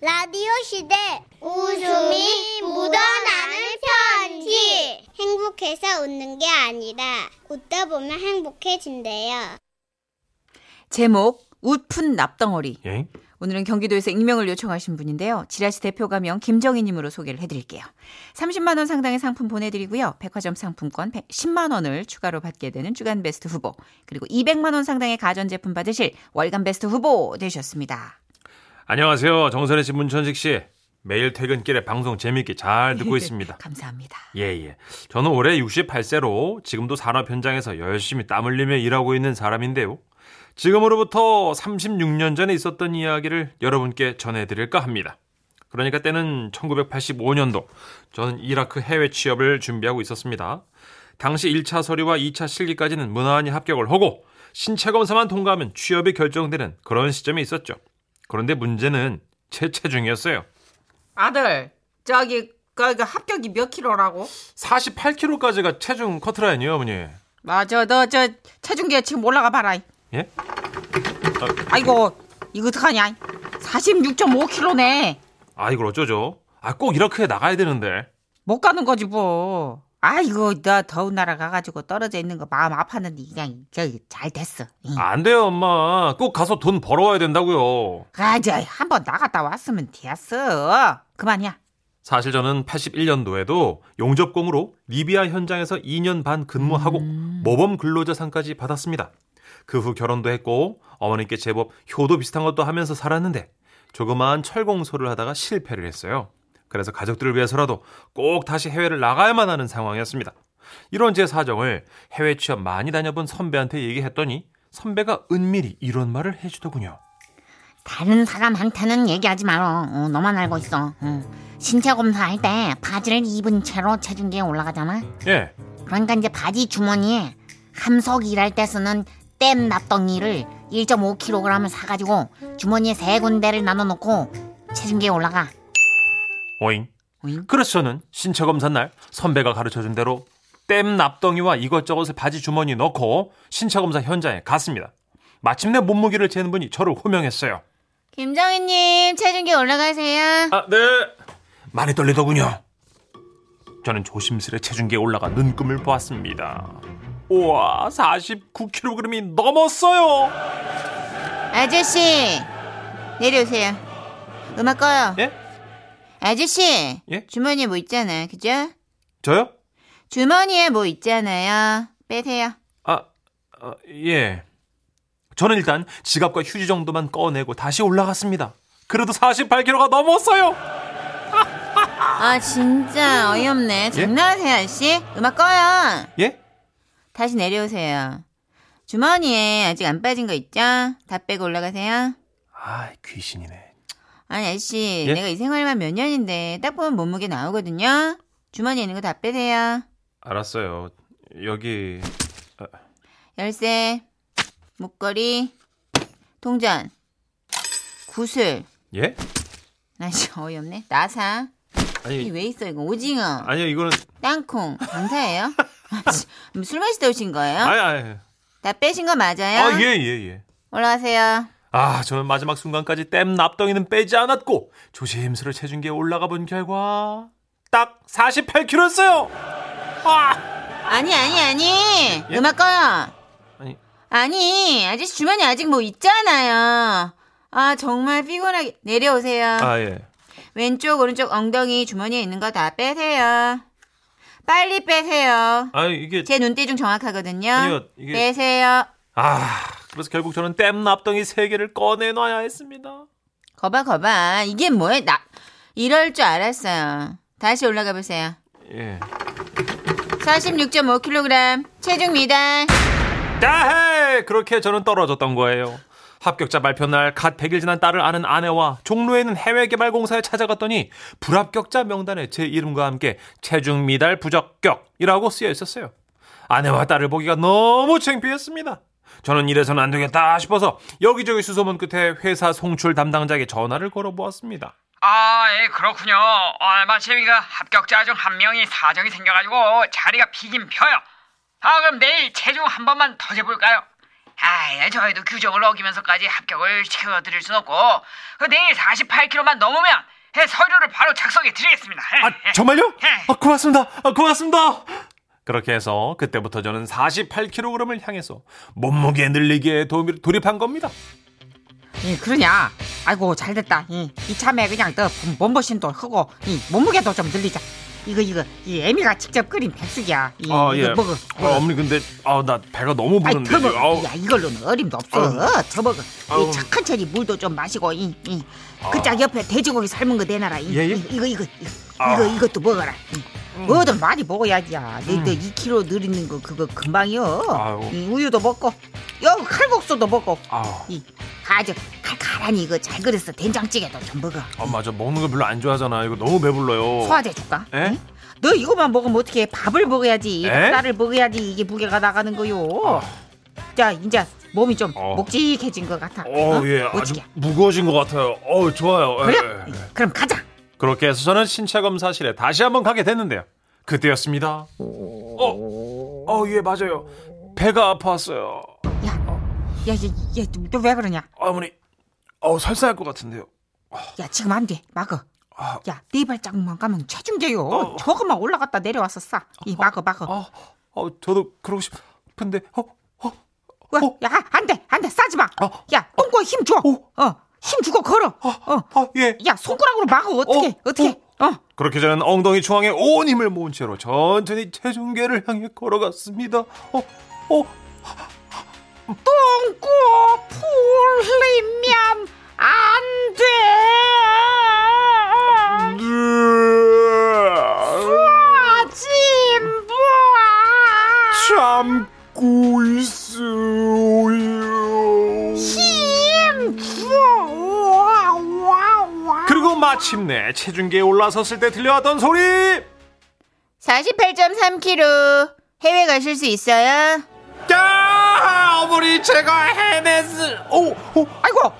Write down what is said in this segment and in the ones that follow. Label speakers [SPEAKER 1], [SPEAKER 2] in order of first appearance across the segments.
[SPEAKER 1] 라디오 시대 웃음이 묻어나는 편지 행복해서 웃는 게 아니라 웃다 보면 행복해진대요.
[SPEAKER 2] 제목 웃픈 납덩어리.
[SPEAKER 3] 예?
[SPEAKER 2] 오늘은 경기도에서 익명을 요청하신 분인데요. 지라시 대표 가명 김정희님으로 소개를 해드릴게요. 30만 원 상당의 상품 보내드리고요. 백화점 상품권 10만 원을 추가로 받게 되는 주간 베스트 후보 그리고 200만 원 상당의 가전제품 받으실 월간 베스트 후보 되셨습니다.
[SPEAKER 3] 안녕하세요. 정선혜 씨, 문천식 씨. 매일 퇴근길에 방송 재밌게 잘 듣고 있습니다.
[SPEAKER 2] 감사합니다.
[SPEAKER 3] 예, 예. 저는 올해 68세로 지금도 산업 현장에서 열심히 땀 흘리며 일하고 있는 사람인데요. 지금으로부터 36년 전에 있었던 이야기를 여러분께 전해드릴까 합니다. 그러니까 때는 1985년도. 저는 이라크 해외 취업을 준비하고 있었습니다. 당시 1차 서류와 2차 실기까지는 무난히 합격을 하고 신체 검사만 통과하면 취업이 결정되는 그런 시점이 있었죠. 그런데 문제는 제 체중이었어요.
[SPEAKER 4] 아들, 저기 그, 그 합격이 몇 킬로라고?
[SPEAKER 3] 48kg까지가 체중 커트라인이요, 어머니.
[SPEAKER 4] 맞아, 너 저 체중계 지금 올라가 봐라.
[SPEAKER 3] 예?
[SPEAKER 4] 아이고, 이거 어떡하냐? 46.5 킬로네.
[SPEAKER 3] 아 이걸 어쩌죠? 아 꼭 이렇게 나가야 되는데.
[SPEAKER 4] 못 가는 거지 뭐. 아이고, 나 더운 나라 가가지고 떨어져 있는 거 마음 아팠는데 그냥 저기 잘 됐어. 응.
[SPEAKER 3] 안 돼요 엄마. 꼭 가서 돈 벌어와야 된다고요.
[SPEAKER 4] 아, 저 한번 나갔다 왔으면 됐어. 그만이야.
[SPEAKER 3] 사실 저는 81년도에도 용접공으로 리비아 현장에서 2년 반 근무하고 모범 근로자상까지 받았습니다. 그 후 결혼도 했고 어머니께 제법 효도 비슷한 것도 하면서 살았는데 조그마한 철공소를 하다가 실패를 했어요. 그래서 가족들을 위해서라도 꼭 다시 해외를 나가야만 하는 상황이었습니다. 이런 제 사정을 해외 취업 많이 다녀본 선배한테 얘기했더니 선배가 은밀히 이런 말을 해주더군요.
[SPEAKER 5] 다른 사람한테는 얘기하지 말어. 어, 너만 알고 있어. 어. 신체 검사할 때 바지를 입은 채로 체중계에 올라가잖아.
[SPEAKER 3] 예,
[SPEAKER 5] 그러니까 이제 바지 주머니에 함석 일할 때 쓰는 땜 납덩이를 1.5kg을 사가지고 주머니에 세 군데를 나눠놓고 체중계에 올라가.
[SPEAKER 3] 오잉. 그래서 저는 신체 검사 날 선배가 가르쳐준 대로 땜 납덩이와 이것저것을 바지 주머니 넣고 신체 검사 현장에 갔습니다. 마침내 몸무게를 재는 분이 저를 호명했어요.
[SPEAKER 5] 김정희님 체중계 올라가세요.
[SPEAKER 3] 아, 네. 많이 떨리더군요. 저는 조심스레 체중계에 올라가 눈금을 보았습니다. 우와, 49kg이 넘었어요.
[SPEAKER 5] 아저씨 내려오세요. 음악 꺼요.
[SPEAKER 3] 예?
[SPEAKER 5] 아저씨
[SPEAKER 3] 예?
[SPEAKER 5] 주머니에 뭐 있잖아요. 그죠?
[SPEAKER 3] 저요?
[SPEAKER 5] 주머니에 뭐 있잖아요. 빼세요.
[SPEAKER 3] 아, 아, 예. 저는 일단 지갑과 휴지 정도만 꺼내고 다시 올라갔습니다. 그래도 48kg가 넘었어요.
[SPEAKER 5] 아 진짜 어이없네. 장난하세요 아저씨? 음악 꺼요.
[SPEAKER 3] 예?
[SPEAKER 5] 다시 내려오세요. 주머니에 아직 안 빠진 거 있죠? 다 빼고 올라가세요.
[SPEAKER 3] 아, 귀신이네.
[SPEAKER 5] 아니 아저씨
[SPEAKER 3] 예?
[SPEAKER 5] 내가 이 생활만 몇 년인데 딱 보면 몸무게 나오거든요. 주머니에 있는 거 다 빼세요.
[SPEAKER 3] 알았어요. 여기
[SPEAKER 5] 열쇠, 목걸이, 동전, 구슬.
[SPEAKER 3] 예?
[SPEAKER 5] 아씨 어이없네. 나사.
[SPEAKER 3] 아니
[SPEAKER 5] 이왜 있어 이거 오징어,
[SPEAKER 3] 아니요 이거는
[SPEAKER 5] 땅콩, 장사예요? 아씨, 술 마시다 오신 거예요?
[SPEAKER 3] 아니 아니
[SPEAKER 5] 다 빼신 거 맞아요?
[SPEAKER 3] 아예예 예.
[SPEAKER 5] 올라가세요.
[SPEAKER 3] 아 저는 마지막 순간까지 땜 납덩이는 빼지 않았고 조심스레 체중계에 올라가 본 결과 딱 48kg였어요. 아
[SPEAKER 5] 아니 아니 아니
[SPEAKER 3] 예?
[SPEAKER 5] 음악 꺼요
[SPEAKER 3] 아니
[SPEAKER 5] 아니 아저씨 주머니 아직 뭐 있잖아요 아 정말 피곤하게 내려오세요
[SPEAKER 3] 아 예.
[SPEAKER 5] 왼쪽 오른쪽 엉덩이 주머니에 있는 거 다 빼세요 빨리 빼세요
[SPEAKER 3] 아 이게
[SPEAKER 5] 제 눈대중 정확하거든요
[SPEAKER 3] 아니요, 이게-
[SPEAKER 5] 빼세요
[SPEAKER 3] 아 그래서 결국 저는 땜 납덩이 세 개를 꺼내놔야 했습니다.
[SPEAKER 5] 거봐 거봐 이게 뭐야 나 이럴 줄 알았어요 다시 올라가 보세요
[SPEAKER 3] 예.
[SPEAKER 5] 46.5kg 체중 미달
[SPEAKER 3] 다해 그렇게 저는 떨어졌던 거예요. 합격자 발표 날 갓 100일 지난 딸을 아는 아내와 종로에 있는 해외개발공사에 찾아갔더니 불합격자 명단에 제 이름과 함께 체중 미달 부적격이라고 쓰여 있었어요. 아내와 딸을 보기가 너무 창피했습니다. 저는 이래서는 안 되겠다 싶어서 여기저기 수소문 끝에 회사 송출 담당자에게 전화를 걸어보았습니다.
[SPEAKER 6] 아, 예, 그렇군요. 얼마 재미가 합격자 중 한 명이 사정이 생겨가지고 자리가 비긴 펴요. 아, 그럼 내일 체중 한 번만 더 재볼까요?
[SPEAKER 7] 아, 저희도 규정을 어기면서까지 합격을 시켜드릴 순 없고 그 내일 48kg만 넘으면 예, 서류를 바로 작성해 드리겠습니다. 예, 예.
[SPEAKER 3] 아, 정말요? 아, 고맙습니다. 아, 고맙습니다. 그렇게 해서 그때부터 저는 48kg을 향해서 몸무게 늘리기에 도움이 돌입한 겁니다.
[SPEAKER 5] 예, 그러냐? 아이고 잘됐다. 예, 이참에 그냥 너 몸보신도 하고 이 몸무게도 좀 늘리자. 이거 이거 이 애미가 직접 끓인 백숙이야. 이,
[SPEAKER 3] 아,
[SPEAKER 5] 이거
[SPEAKER 3] 예.
[SPEAKER 5] 먹어.
[SPEAKER 3] 아, 어머니 근데 아, 나 배가 너무
[SPEAKER 5] 음, 아이
[SPEAKER 3] 부른데.
[SPEAKER 5] 더먹어.
[SPEAKER 3] 아우,
[SPEAKER 5] 야 이걸로는 어림도 없어.
[SPEAKER 3] 아우.
[SPEAKER 5] 더먹어.
[SPEAKER 3] 아우.
[SPEAKER 5] 이 차근차히 물도 좀 마시고 이, 이. 그짝 옆에 돼지고기 삶은 거 내놔라. 이,
[SPEAKER 3] 아. 예, 예.
[SPEAKER 5] 이, 이거 이거 이거,
[SPEAKER 3] 아. 음.
[SPEAKER 5] 이거 이것도 먹어라. 이. 뭐든 많이 먹어야지야. 너너 2kg 늘리는 거 그거 금방이요.
[SPEAKER 3] 아우.
[SPEAKER 5] 이 우유도 먹고, 여 칼국수도 먹고.
[SPEAKER 3] 아우.
[SPEAKER 5] 이 아주 칼칼하니 이거 잘 그렸어 된장찌개도 좀 먹어
[SPEAKER 3] 아, 맞아. 먹는 거 별로 안 좋아하잖아. 이거 너무 배불러요. 예?
[SPEAKER 5] 소화제 줄까?
[SPEAKER 3] 에?
[SPEAKER 5] 응? 너 이것만 먹으면 어떻게 밥을 먹어야지
[SPEAKER 3] 에?
[SPEAKER 5] 닭다를 먹어야지 이게 무게가 나가는 거요
[SPEAKER 3] 아.
[SPEAKER 5] 자 이제 몸이 좀
[SPEAKER 3] 어.
[SPEAKER 5] 묵직해진 것 같아
[SPEAKER 3] 어, 예. 아주
[SPEAKER 5] 멋지게
[SPEAKER 3] 무거워진 것 같아요. 어, 좋아요. 예,
[SPEAKER 5] 뭐 그래?
[SPEAKER 3] 예.
[SPEAKER 5] 그럼 가자
[SPEAKER 3] 그렇게 해서 저는 신체 검사실에 다시 한번 가게 됐는데요. 그때였습니다. 어, 어, 예, 맞아요. 배가 아팠어요.
[SPEAKER 5] 야야야너 왜 그러냐
[SPEAKER 3] 어머니, 어, 설사할 것 같은데요.
[SPEAKER 5] 야 지금 안 돼 막어
[SPEAKER 3] 아.
[SPEAKER 5] 야 네 발자국만 가면 체중계요
[SPEAKER 3] 어.
[SPEAKER 5] 저거만 올라갔다 내려와서 싸이 막어 막어
[SPEAKER 3] 아, 어, 저도 그러고 싶은데, 어, 어,
[SPEAKER 5] 와,
[SPEAKER 3] 어.
[SPEAKER 5] 야, 안 돼, 안 돼, 싸지 마.
[SPEAKER 3] 어.
[SPEAKER 5] 야, 똥꼬에 힘 줘. 어, 힘 주고 걸어. 어,
[SPEAKER 3] 아, 예.
[SPEAKER 5] 야, 손가락으로 막어. 어떻게,
[SPEAKER 3] 어.
[SPEAKER 5] 어. 떻게 어.
[SPEAKER 3] 그렇게 저는 엉덩이 중앙에 온 힘을 모은 채로 천천히 체중계를 향해 걸어갔습니다. 어, 어,
[SPEAKER 5] 똥꼬 풀리면 안 돼.
[SPEAKER 3] 네.
[SPEAKER 5] 하지 마.
[SPEAKER 3] 참고 있어요.
[SPEAKER 5] 힘 줘. 와, 와, 와.
[SPEAKER 3] 그리고 마침내 체중계에 올라섰을 때 들려왔던 소리
[SPEAKER 8] 48.3kg 해외 가실 수 있어요?
[SPEAKER 3] 야 어머니 제가 해냈을 오오
[SPEAKER 5] 아이고, 야.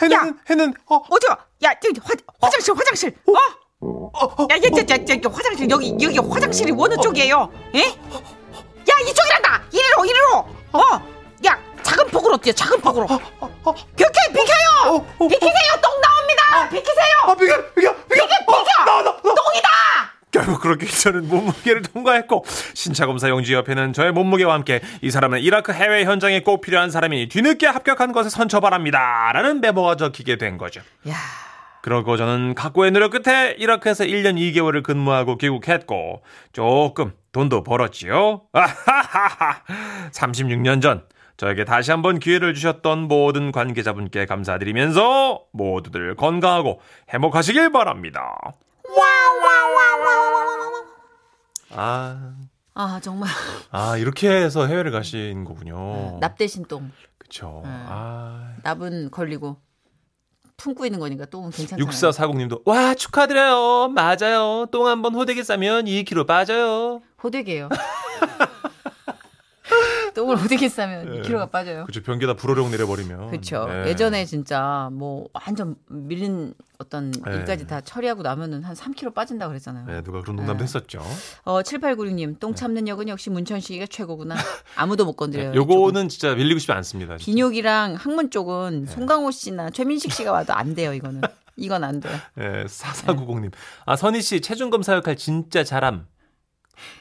[SPEAKER 3] 해낸 해낸 어
[SPEAKER 5] 어디야? 야, 저기 화, 화장실, 화장실. 어?
[SPEAKER 3] 어, 어.
[SPEAKER 5] 야, 야, 야, 야, 야, 야, 화장실 여기 여기 화장실이 어느 쪽이에요? 예? 야, 이쪽이란다. 이리로, 이리로. 어, 야, 작은 폭으로 뛰어, 작은 폭으로. 비켜, 비켜요. 비키세요, 똥 나옵니다. 비키세요.
[SPEAKER 3] 아 비켜 비켜 비켜
[SPEAKER 5] 비켜!
[SPEAKER 3] 어, 나나나
[SPEAKER 5] 똥이다.
[SPEAKER 3] 결국 그렇게 저는 몸무게를 통과했고 신차 검사 용지 옆에는 저의 몸무게와 함께 이 사람은 이라크 해외 현장에 꼭 필요한 사람이 뒤늦게 합격한 것에 선처바랍니다라는 메모가 적히게 된 거죠.
[SPEAKER 5] 야.
[SPEAKER 3] 그러고 저는 각고의 노력 끝에 이라크에서 1년 2개월을 근무하고 귀국했고 조금 돈도 벌었지요. 아하하하. 36년 전 저에게 다시 한번 기회를 주셨던 모든 관계자분께 감사드리면서 모두들 건강하고 행복하시길 바랍니다. 아,
[SPEAKER 8] 아 정말
[SPEAKER 3] 아 이렇게 해서 해외를 가신 거군요.
[SPEAKER 8] 음, 납 대신 똥
[SPEAKER 3] 그쵸. 아,
[SPEAKER 8] 납은 걸리고 품고 있는 거니까 똥은 괜찮아요.
[SPEAKER 3] 6440님도 와 축하드려요. 맞아요. 똥 한 번 호되게 싸면 2kg 빠져요.
[SPEAKER 8] 호되게요. 똥을 호되게 싸면
[SPEAKER 3] 예.
[SPEAKER 8] 2kg가 빠져요.
[SPEAKER 3] 그쵸 변기에다 불호령 내려버리면.
[SPEAKER 8] 그렇죠.
[SPEAKER 3] 예.
[SPEAKER 8] 예전에 진짜 뭐 완전 밀린 어떤
[SPEAKER 3] 예.
[SPEAKER 8] 일까지 다 처리하고 나면은 한 3kg 빠진다 그랬잖아요.
[SPEAKER 3] 예, 누가 그런 농담도
[SPEAKER 8] 예.
[SPEAKER 3] 했었죠.
[SPEAKER 8] 어 7896님
[SPEAKER 3] 네.
[SPEAKER 8] 똥 참는 역은 역시 문천식이가 최고구나. 아무도 못 건드려요. 이쪽은.
[SPEAKER 3] 네, 요거는 네. 진짜 밀리고 싶지 않습니다. 진짜.
[SPEAKER 8] 비뇨기랑 항문 쪽은 송강호 씨나 최민식 씨가 와도 안 돼요. 이거는 이건 안 돼요.
[SPEAKER 3] 예, 4490님. 아, 선희 씨 체중 검사 역할 진짜 잘함.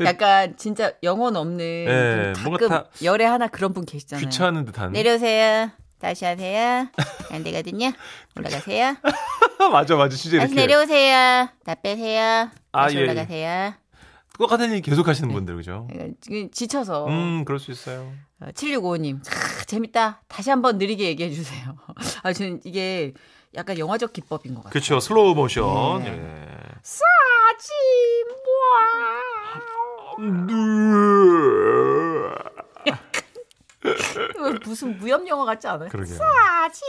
[SPEAKER 8] 약간 진짜 영혼 없는
[SPEAKER 3] 그 예,
[SPEAKER 8] 좀
[SPEAKER 3] 뭔가
[SPEAKER 8] 가끔
[SPEAKER 3] 다
[SPEAKER 8] 열에 하나 그런 분 계시잖아요.
[SPEAKER 3] 귀찮은 듯한.
[SPEAKER 8] 네. 내려오세요. 다시 하세요. 안 되거든요. 올라가세요.
[SPEAKER 3] 맞아, 맞아. 진짜
[SPEAKER 8] 다시
[SPEAKER 3] 네, 이렇게.
[SPEAKER 8] 내려오세요. 다 빼세요.
[SPEAKER 3] 아,
[SPEAKER 8] 다시
[SPEAKER 3] 예, 예.
[SPEAKER 8] 올라가세요.
[SPEAKER 3] 똑같은 일 계속 하시는 분들, 그죠?
[SPEAKER 8] 그러니까 지금 지쳐서
[SPEAKER 3] 음, 그럴 수 있어요.
[SPEAKER 8] 7655님 재밌다. 다시 한번 느리게 얘기해 주세요. 아 저는 이게 약간 영화적 기법인 것 같아요.
[SPEAKER 3] 그렇죠. 슬로우 모션. 예.
[SPEAKER 5] 아지 뭐.
[SPEAKER 3] 음, 네.
[SPEAKER 8] 무슨 무협 영화 같지 않아요?
[SPEAKER 3] 그- 그러게요.
[SPEAKER 5] 아지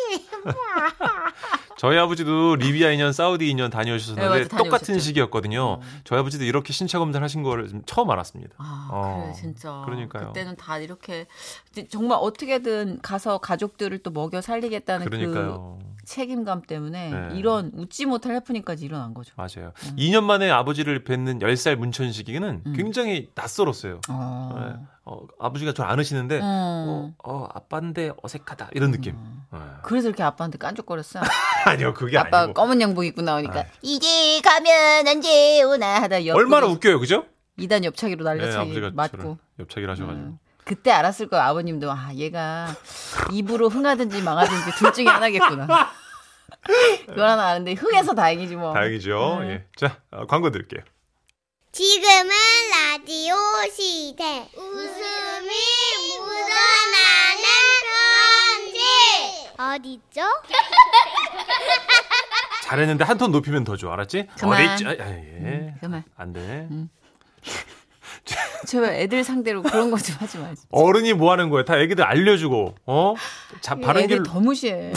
[SPEAKER 3] 저희 아버지도 리비아 2년, 사우디 2년 다녀오셨는데
[SPEAKER 8] 네, 맞아,
[SPEAKER 3] 똑같은
[SPEAKER 8] 다녀오셨죠. 음.
[SPEAKER 3] 시기였거든요. 저희 아버지도 이렇게 신체 검사를 하신 거를 좀 처음 알았습니다.
[SPEAKER 8] 아, 그래 진짜.
[SPEAKER 3] 어, 그러니까요.
[SPEAKER 8] 그때는 다 이렇게 이제 정말 어떻게든 가서 가족들을 또 먹여 살리겠다는 그
[SPEAKER 3] 그러니까요.
[SPEAKER 8] 책임감 때문에
[SPEAKER 9] 네.
[SPEAKER 8] 이런 웃지 못할 해프닝까지 일어난 거죠.
[SPEAKER 9] 맞아요. 2년 만에 아버지를 뵙는 10살 문천식이는
[SPEAKER 8] 음.
[SPEAKER 9] 굉장히 낯설었어요.
[SPEAKER 8] 어.
[SPEAKER 9] 네. 어, 아버지가 저를 안으시는데 어.
[SPEAKER 8] 어.
[SPEAKER 9] 어, 아빠인데 어색하다 이런 느낌. 네.
[SPEAKER 8] 그래서 이렇게 아빠한테 깐족거렸어요.
[SPEAKER 9] 아니요 그게
[SPEAKER 8] 음. 아빠
[SPEAKER 9] 아니고
[SPEAKER 8] 검은 양복 입고 나오니까
[SPEAKER 9] 아.
[SPEAKER 8] 이제 가면 언제 오나 하다 옆
[SPEAKER 9] 얼마나 웃겨요, 그죠? 네,
[SPEAKER 8] 이단 옆차기로 날려차기
[SPEAKER 9] 아버지가 저를
[SPEAKER 8] 맞고
[SPEAKER 9] 옆차기를 하셔가지고
[SPEAKER 8] 음. 그때 알았을 거야 아버님도 아 얘가 입으로 흥하든지 망하든지 둘 중에 하나겠구나. 그걸 하나 아는데 흥해서 다행이지 뭐.
[SPEAKER 9] 다행이죠. 예. 자 어, 광고 드릴게요.
[SPEAKER 1] 지금은 라디오 시대. 웃음이 묻어나는 편지. 어디죠?
[SPEAKER 9] 잘했는데 한 톤 높이면 더 좋아, 알았지?
[SPEAKER 8] 그만. 음,
[SPEAKER 9] 어디 있지? 아, 예.
[SPEAKER 8] 그만. 음.
[SPEAKER 9] 안 돼.
[SPEAKER 8] 제발 애들 상대로 그런 거 좀 하지 말지.
[SPEAKER 9] 어른이 뭐 하는 거야? 다 애기들 알려주고, 어? 자, 바른
[SPEAKER 8] 예, 애들
[SPEAKER 9] 길로.
[SPEAKER 8] 더 무시해.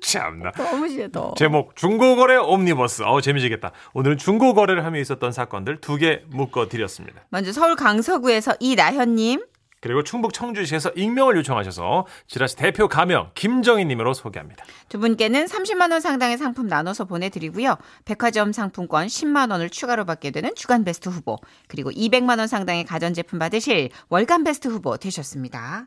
[SPEAKER 9] 참나.
[SPEAKER 8] 더 무시해 더.
[SPEAKER 9] 제목 중고거래 옴니버스. 어우 재미지겠다. 오늘은 중고거래를 하며 있었던 사건들 두 개 묶어 드렸습니다.
[SPEAKER 8] 먼저 서울 강서구에서 이나현님.
[SPEAKER 9] 그리고 충북 청주시에서 익명을 요청하셔서 지라시 대표 가명 김정희님으로 소개합니다.
[SPEAKER 3] 어,
[SPEAKER 8] 두 분께는 30만 원 상당의 상품 나눠서 보내드리고요. 백화점 상품권 10만 원을 추가로 받게 되는 주간 베스트 후보 그리고 200만 원 상당의 가전제품 받으실 월간 베스트 후보 되셨습니다.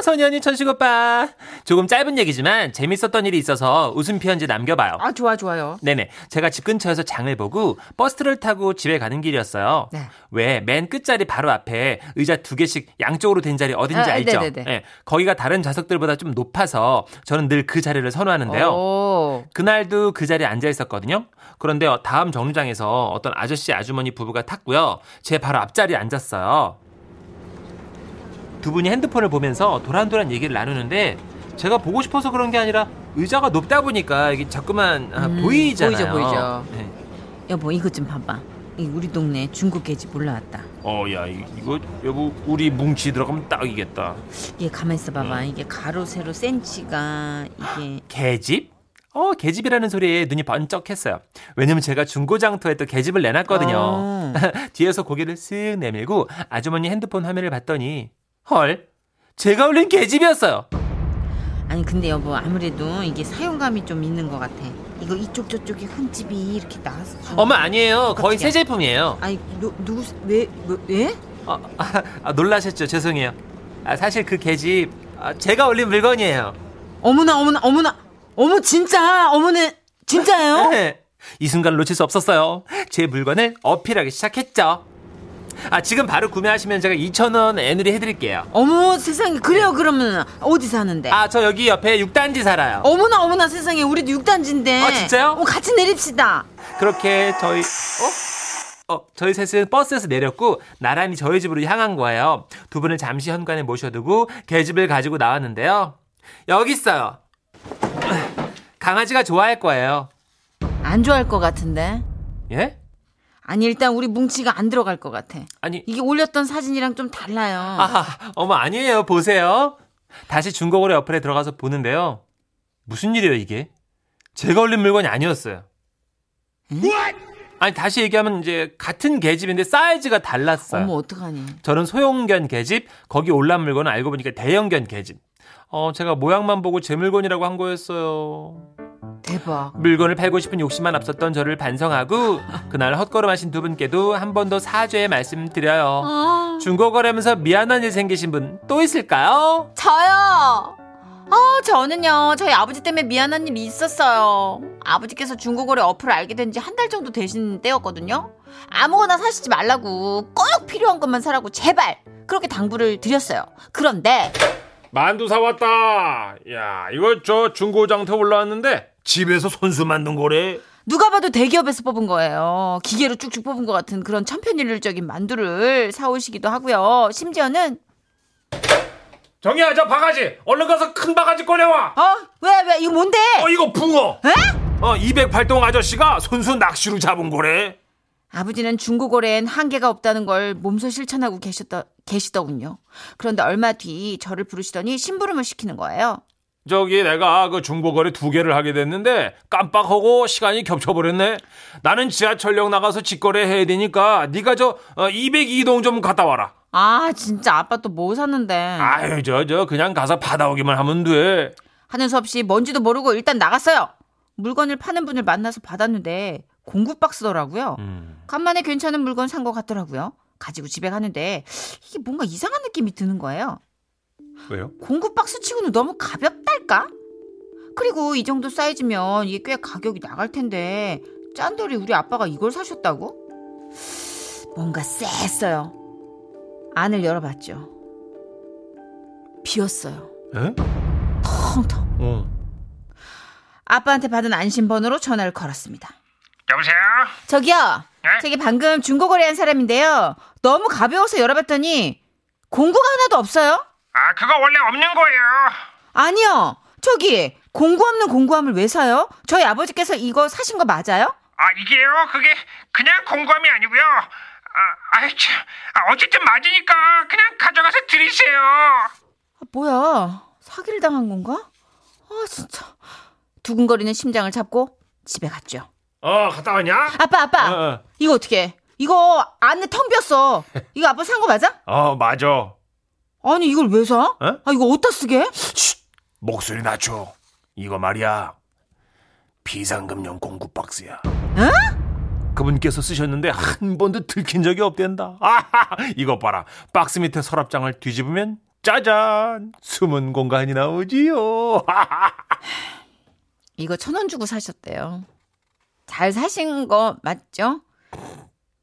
[SPEAKER 3] 선현이 천식 오빠. 조금 짧은 얘기지만 재밌었던 일이 있어서 웃음 편지 남겨봐요.
[SPEAKER 8] 아 좋아 좋아요.
[SPEAKER 3] 네네. 제가 집 근처에서 장을 보고 버스를 타고 집에 가는 길이었어요.
[SPEAKER 8] 네.
[SPEAKER 3] 왜 맨 끝자리 바로 앞에 의자 두 개씩 양쪽으로 된 자리 어딘지
[SPEAKER 8] 아,
[SPEAKER 3] 알죠?
[SPEAKER 8] 네네네.
[SPEAKER 3] 예, 거기가 다른 좌석들보다 좀 높아서 저는 늘 그 자리를 선호하는데요.
[SPEAKER 8] 오.
[SPEAKER 3] 그날도 그 자리에 앉아 있었거든요. 그런데 다음 정류장에서 어떤 아저씨 아주머니 부부가 탔고요. 제 바로 앞자리에 앉았어요. 두 분이 핸드폰을 보면서 도란도란 얘기를 나누는데 제가 보고 싶어서 그런 게 아니라 의자가 높다 보니까 이게 자꾸만 아,
[SPEAKER 8] 음, 보이죠,
[SPEAKER 3] 보이잖아요.
[SPEAKER 8] 보이죠.
[SPEAKER 3] 네.
[SPEAKER 8] 여보 이것 좀 봐봐. 이 우리 동네 중국 계집 올라왔다.
[SPEAKER 9] 어, 야, 이- 이거 여보 우리 뭉치 들어가면 딱이겠다.
[SPEAKER 8] 얘 가만 있어 봐봐.
[SPEAKER 3] 음.
[SPEAKER 8] 이게 가로 세로 센치가 이게
[SPEAKER 3] 개집? 어, 개집이라는 소리에 눈이 번쩍했어요. 왜냐면 제가 중고장터에 또 개집을 내놨거든요.
[SPEAKER 8] 어.
[SPEAKER 3] 뒤에서 고개를 쓱 내밀고 아주머니 핸드폰 화면을 봤더니 헐, 제가 올린 개집이었어요.
[SPEAKER 8] 아니 근데 여보 아무래도 이게 사용감이 좀 있는 것 같아. 이거 이쪽 저쪽에 흠집이 이렇게 나왔어.
[SPEAKER 3] 어머 아니에요. 거의
[SPEAKER 8] 깜짝이야.
[SPEAKER 3] 새 제품이에요.
[SPEAKER 8] 아니 누 누구 왜 뭐, 예?
[SPEAKER 3] 어, 아, 아, 놀라셨죠? 죄송해요. 아, 사실 그 개집 아, 제가 올린 물건이에요.
[SPEAKER 8] 어머나 어머나 어머나 어머 진짜 어머는 진짜예요?
[SPEAKER 3] 네. 이 순간을 놓칠 수 없었어요. 제 물건을 어필하기 시작했죠. 아, 지금 바로 구매하시면 제가 2,000원 애누리 해드릴게요.
[SPEAKER 8] 어머 세상에 그래요 그러면 어디 사는데?
[SPEAKER 3] 아, 저 여기 옆에 6단지 살아요.
[SPEAKER 8] 어머나 어머나 세상에 우리도 육단지인데.
[SPEAKER 3] 아, 진짜요?
[SPEAKER 8] 어, 같이 내립시다.
[SPEAKER 3] 그렇게 저희, 어? 어, 저희 셋은 버스에서 내렸고, 나란히 저희 집으로 향한 거예요. 두 분을 잠시 현관에 모셔두고, 개집을 가지고 나왔는데요. 여기 있어요. 강아지가 좋아할 거예요.
[SPEAKER 8] 안 좋아할 것 같은데.
[SPEAKER 3] 예?
[SPEAKER 8] 아니 일단 우리 뭉치가 안 들어갈 것 같아.
[SPEAKER 3] 아니,
[SPEAKER 8] 이게 올렸던 사진이랑 좀 달라요.
[SPEAKER 3] 아, 어머, 아니에요. 보세요. 다시 중고거래 어플에 들어가서 보는데요. 무슨 일이에요, 이게? 제가 올린 물건이 아니었어요. 아니, 다시 얘기하면 이제 같은 계집인데 사이즈가 달랐어요.
[SPEAKER 8] 어머 어떡하니?
[SPEAKER 3] 저는 소형견 계집, 거기 올란 물건은 알고 보니까 대형견 계집. 어, 제가 모양만 보고 제 물건이라고 한 거였어요.
[SPEAKER 8] 대박.
[SPEAKER 3] 물건을 팔고 싶은 욕심만 앞섰던 저를 반성하고 그날 헛걸음하신 두 분께도 한 번 더 사죄의 말씀 드려요. 중고거래하면서 미안한 일 생기신 분 또 있을까요?
[SPEAKER 8] 저요. 아, 저는요. 저희 아버지 때문에 미안한 일이 있었어요. 아버지께서 중고거래 어플을 알게 된 지 한 달 정도 되신 때였거든요. 아무거나 사시지 말라고 꼭 필요한 것만 사라고 제발 그렇게 당부를 드렸어요. 그런데
[SPEAKER 9] 만두 사왔다. 야, 이거 저 중고장터 올라왔는데 집에서 손수 만든 거래.
[SPEAKER 8] 누가 봐도 대기업에서 뽑은 거예요. 기계로 쭉쭉 뽑은 것 같은 그런 천편일률적인 만두를 사오시기도 하고요. 심지어는
[SPEAKER 9] 정이야, 저 바가지. 얼른 가서 큰 바가지 꺼내와.
[SPEAKER 8] 어? 왜? 왜? 이거 뭔데?
[SPEAKER 9] 어, 이거 붕어. 어, 208동 아저씨가 손수 낚시로 잡은 거래.
[SPEAKER 8] 아버지는 중고거래엔 한계가 없다는 걸 몸소 실천하고 계셨다, 계시더군요. 그런데 얼마 뒤 저를 부르시더니 심부름을 시키는 거예요.
[SPEAKER 9] 저기 내가 그 중고거래 두 개를 하게 됐는데 깜빡하고 시간이 겹쳐버렸네. 나는 지하철역 나가서 직거래 해야 되니까 네가 저 어, 202동 좀 갔다 와라.
[SPEAKER 8] 아, 진짜 아빠 또 뭐 샀는데.
[SPEAKER 9] 아유 저 저 그냥 가서 받아오기만 하면 돼.
[SPEAKER 8] 하는 수 없이 뭔지도 모르고 일단 나갔어요. 물건을 파는 분을 만나서 받았는데 공구 박스더라고요.
[SPEAKER 10] 음.
[SPEAKER 8] 간만에 괜찮은 물건 산 것 같더라고요. 가지고 집에 가는데 이게 뭔가 이상한 느낌이 드는 거예요.
[SPEAKER 3] 왜요?
[SPEAKER 8] 공구 박스 치고는 너무 가볍달까? 그리고 이 정도 사이즈면 이게 꽤 가격이 나갈 텐데 짠돌이 우리 아빠가 이걸 사셨다고? 뭔가 쎄했어요. 안을 열어봤죠. 비었어요.
[SPEAKER 3] 에?
[SPEAKER 8] 텅텅.
[SPEAKER 3] 어.
[SPEAKER 8] 아빠한테 받은 안심번호로 전화를 걸었습니다.
[SPEAKER 7] 여보세요?
[SPEAKER 8] 저기요.
[SPEAKER 7] 네?
[SPEAKER 8] 저기 방금 중고 거래한 사람인데요. 너무 가벼워서 열어봤더니 공구가 하나도 없어요?
[SPEAKER 7] 아, 그거 원래 없는 거예요.
[SPEAKER 8] 아니요. 저기 공구 없는 공구함을 왜 사요? 저희 아버지께서 이거 사신 거 맞아요?
[SPEAKER 7] 아, 이게요? 그게 그냥 공감이 아니고요. 아, 아이 참. 아, 어쨌든 맞으니까 그냥 가져가서 드리세요.
[SPEAKER 8] 아, 뭐야. 사기를 당한 건가? 아, 진짜. 두근거리는 심장을 잡고 집에 갔죠.
[SPEAKER 3] 어, 갔다 왔냐?
[SPEAKER 8] 아빠, 아빠.
[SPEAKER 3] 어,
[SPEAKER 8] 이거 어떻게? 이거 안에 텅 비었어. 이거 아빠 산 거 맞아?
[SPEAKER 3] 어, 맞아.
[SPEAKER 8] 아니, 이걸 왜 사? 아, 이거 어디다 쓰게?
[SPEAKER 11] 목소리 낮춰. 이거 말이야. 비상금용 공구 박스야.
[SPEAKER 8] 어?
[SPEAKER 3] 그분께서 쓰셨는데 한 번도 들킨 적이 없댄다. 아하, 이거 봐라. 박스 밑에 서랍장을 뒤집으면 짜잔! 숨은 공간이 나오지요.
[SPEAKER 8] 이거 천 원 주고 사셨대요. 잘 사신 거 맞죠?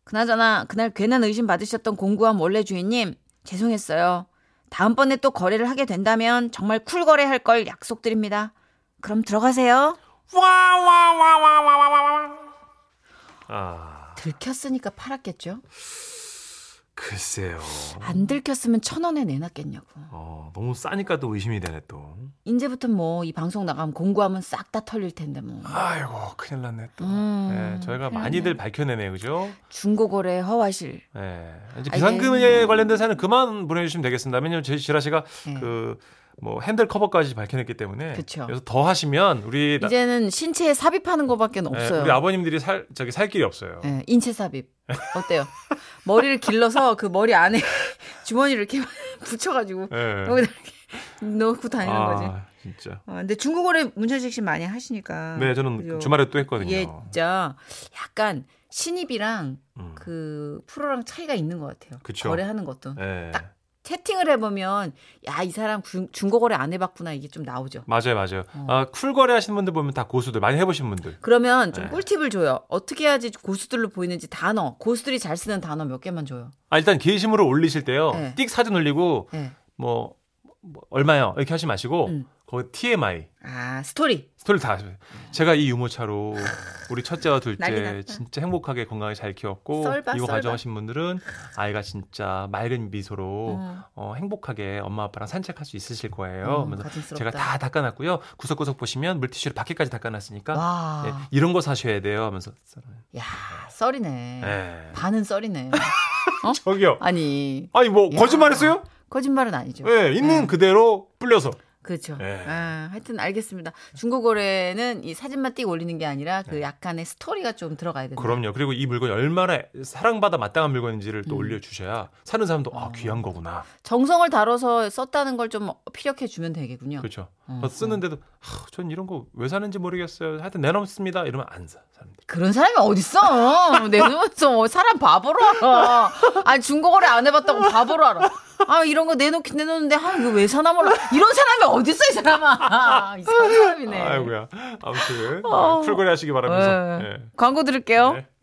[SPEAKER 8] 그나저나 그날 괜한 의심 받으셨던 공구함 원래 주인님 죄송했어요. 다음번에 또 거래를 하게 된다면 정말 쿨 거래할 걸 약속드립니다. 그럼 들어가세요. 들켰으니까 팔았겠죠?
[SPEAKER 3] 아, 글쎄요.
[SPEAKER 8] 안 들켰으면 천 원에 내놨겠냐고.
[SPEAKER 3] 어, 너무 싸니까 또 의심이 되네 또.
[SPEAKER 8] 이제부터 뭐 이 방송 나가면 공구함은 싹 다 털릴 텐데 뭐.
[SPEAKER 3] 아이고, 큰일 났네 또.
[SPEAKER 8] 음,
[SPEAKER 3] 예, 저희가
[SPEAKER 8] 큰일
[SPEAKER 3] 많이들 밝혀내네요. 그죠?
[SPEAKER 8] 중고거래 허화실.
[SPEAKER 3] 예. 이제
[SPEAKER 8] 아,
[SPEAKER 3] 비상금에 관련된 사연은 그만 보내주시면 되겠습니다. 왜냐면 저희 지라 씨가
[SPEAKER 8] 예.
[SPEAKER 3] 그 뭐 핸들 커버까지 밝혀냈기 때문에
[SPEAKER 8] 그쵸.
[SPEAKER 3] 그래서 더 하시면 우리 나-
[SPEAKER 8] 이제는 신체에 삽입하는 거밖에
[SPEAKER 3] 예,
[SPEAKER 8] 없어요.
[SPEAKER 3] 우리 아버님들이 살 저기 살 길이 없어요.
[SPEAKER 8] 예, 인체 삽입. 어때요? 머리를 길러서 그 머리 안에 주머니를 이렇게 붙여가지고
[SPEAKER 3] 예.
[SPEAKER 8] 여기다 이렇게 넣고 다니는
[SPEAKER 3] 아,
[SPEAKER 8] 거지.
[SPEAKER 3] 진짜.
[SPEAKER 8] 어, 근데 중국어를 문천식 씨 많이 하시니까.
[SPEAKER 3] 네, 저는
[SPEAKER 8] 그죠?
[SPEAKER 3] 주말에 또 했거든요.
[SPEAKER 8] 이게 진짜 약간 신입이랑
[SPEAKER 3] 음.
[SPEAKER 8] 그 프로랑 차이가 있는 것 같아요.
[SPEAKER 3] 그쵸.
[SPEAKER 8] 거래하는 것도.
[SPEAKER 3] 예.
[SPEAKER 8] 채팅을 해보면 야 이 사람 중- 중고거래 안 해봤구나 이게 좀 나오죠.
[SPEAKER 3] 맞아요, 맞아요.
[SPEAKER 8] 어.
[SPEAKER 3] 아, 쿨거래 하시는 분들 보면 다 고수들 많이 해보신 분들.
[SPEAKER 8] 그러면 좀
[SPEAKER 3] 네.
[SPEAKER 8] 꿀팁을 줘요. 어떻게 해야지 고수들로 보이는지 단어, 고수들이 잘 쓰는 단어 몇 개만 줘요.
[SPEAKER 3] 아, 일단 게시물을 올리실 때요.
[SPEAKER 8] 네.
[SPEAKER 3] 띡 사진 올리고
[SPEAKER 8] 네.
[SPEAKER 3] 뭐, 뭐 얼마요 이렇게 하지 마시고
[SPEAKER 8] 음.
[SPEAKER 3] 거기 TMI
[SPEAKER 8] 아 스토리.
[SPEAKER 3] 스토리 다 하세요. 제가 이 유모차로 우리 첫째와
[SPEAKER 8] 난리
[SPEAKER 3] 둘째
[SPEAKER 8] 났다.
[SPEAKER 3] 진짜 행복하게 건강하게 잘 키웠고
[SPEAKER 8] 썰봐,
[SPEAKER 3] 이거
[SPEAKER 8] 썰봐.
[SPEAKER 3] 가져가신 분들은 아이가 진짜 맑은 미소로
[SPEAKER 8] 음.
[SPEAKER 3] 어, 행복하게 엄마 아빠랑 산책할 수 있으실 거예요.
[SPEAKER 8] 음,
[SPEAKER 3] 그래서
[SPEAKER 8] 가증스럽다.
[SPEAKER 3] 제가 다 닦아놨고요. 구석구석 보시면 물티슈로 밖에까지 닦아놨으니까
[SPEAKER 8] 와,
[SPEAKER 3] 예, 이런 거 사셔야 돼요. 하면서
[SPEAKER 8] 야 썰이네.
[SPEAKER 3] 예.
[SPEAKER 8] 반은 썰이네.
[SPEAKER 3] 저기요.
[SPEAKER 8] 아니
[SPEAKER 3] 아니 뭐
[SPEAKER 8] 야.
[SPEAKER 3] 거짓말했어요?
[SPEAKER 8] 거짓말은 아니죠.
[SPEAKER 3] 예, 있는
[SPEAKER 8] 예.
[SPEAKER 3] 그대로 불려서.
[SPEAKER 8] 그렇죠.
[SPEAKER 3] 예.
[SPEAKER 8] 아, 하여튼 알겠습니다. 중고거래는 이 사진만 띄고 올리는 게 아니라 그 약간의 스토리가 좀 들어가야 된다.
[SPEAKER 3] 예. 그럼요. 그리고 이 물건이 얼마나 사랑받아 마땅한 물건인지를
[SPEAKER 8] 음.
[SPEAKER 3] 또
[SPEAKER 8] 어.
[SPEAKER 3] 올려주셔야 사는 사람도 아 귀한 거구나.
[SPEAKER 8] 정성을 다뤄서 썼다는 걸 좀 피력해 주면 되겠군요.
[SPEAKER 3] 그렇죠.
[SPEAKER 8] 어,
[SPEAKER 3] 더 쓰는데도 하, 전 이런 거 왜 사는지 모르겠어요. 하여튼 내놓습니다. 이러면 안 사. 사람들.
[SPEAKER 8] 그런 사람이 어딨어? 내 눈에서 뭐 사람 바보로 알아. 아니 중고거래 안 해봤다고 바보로 알아. 아 이런 거 내놓긴 내놓는데 아 이거 왜 사나 몰라. 이런 사람이 어딨어 이 사람아. 이상한 사람이네.
[SPEAKER 3] 아이고야. 아무튼
[SPEAKER 8] 어.
[SPEAKER 3] 쿨거리 하시기 바라면서.
[SPEAKER 8] 네.
[SPEAKER 3] 예.
[SPEAKER 8] 광고 들을게요.
[SPEAKER 3] 네.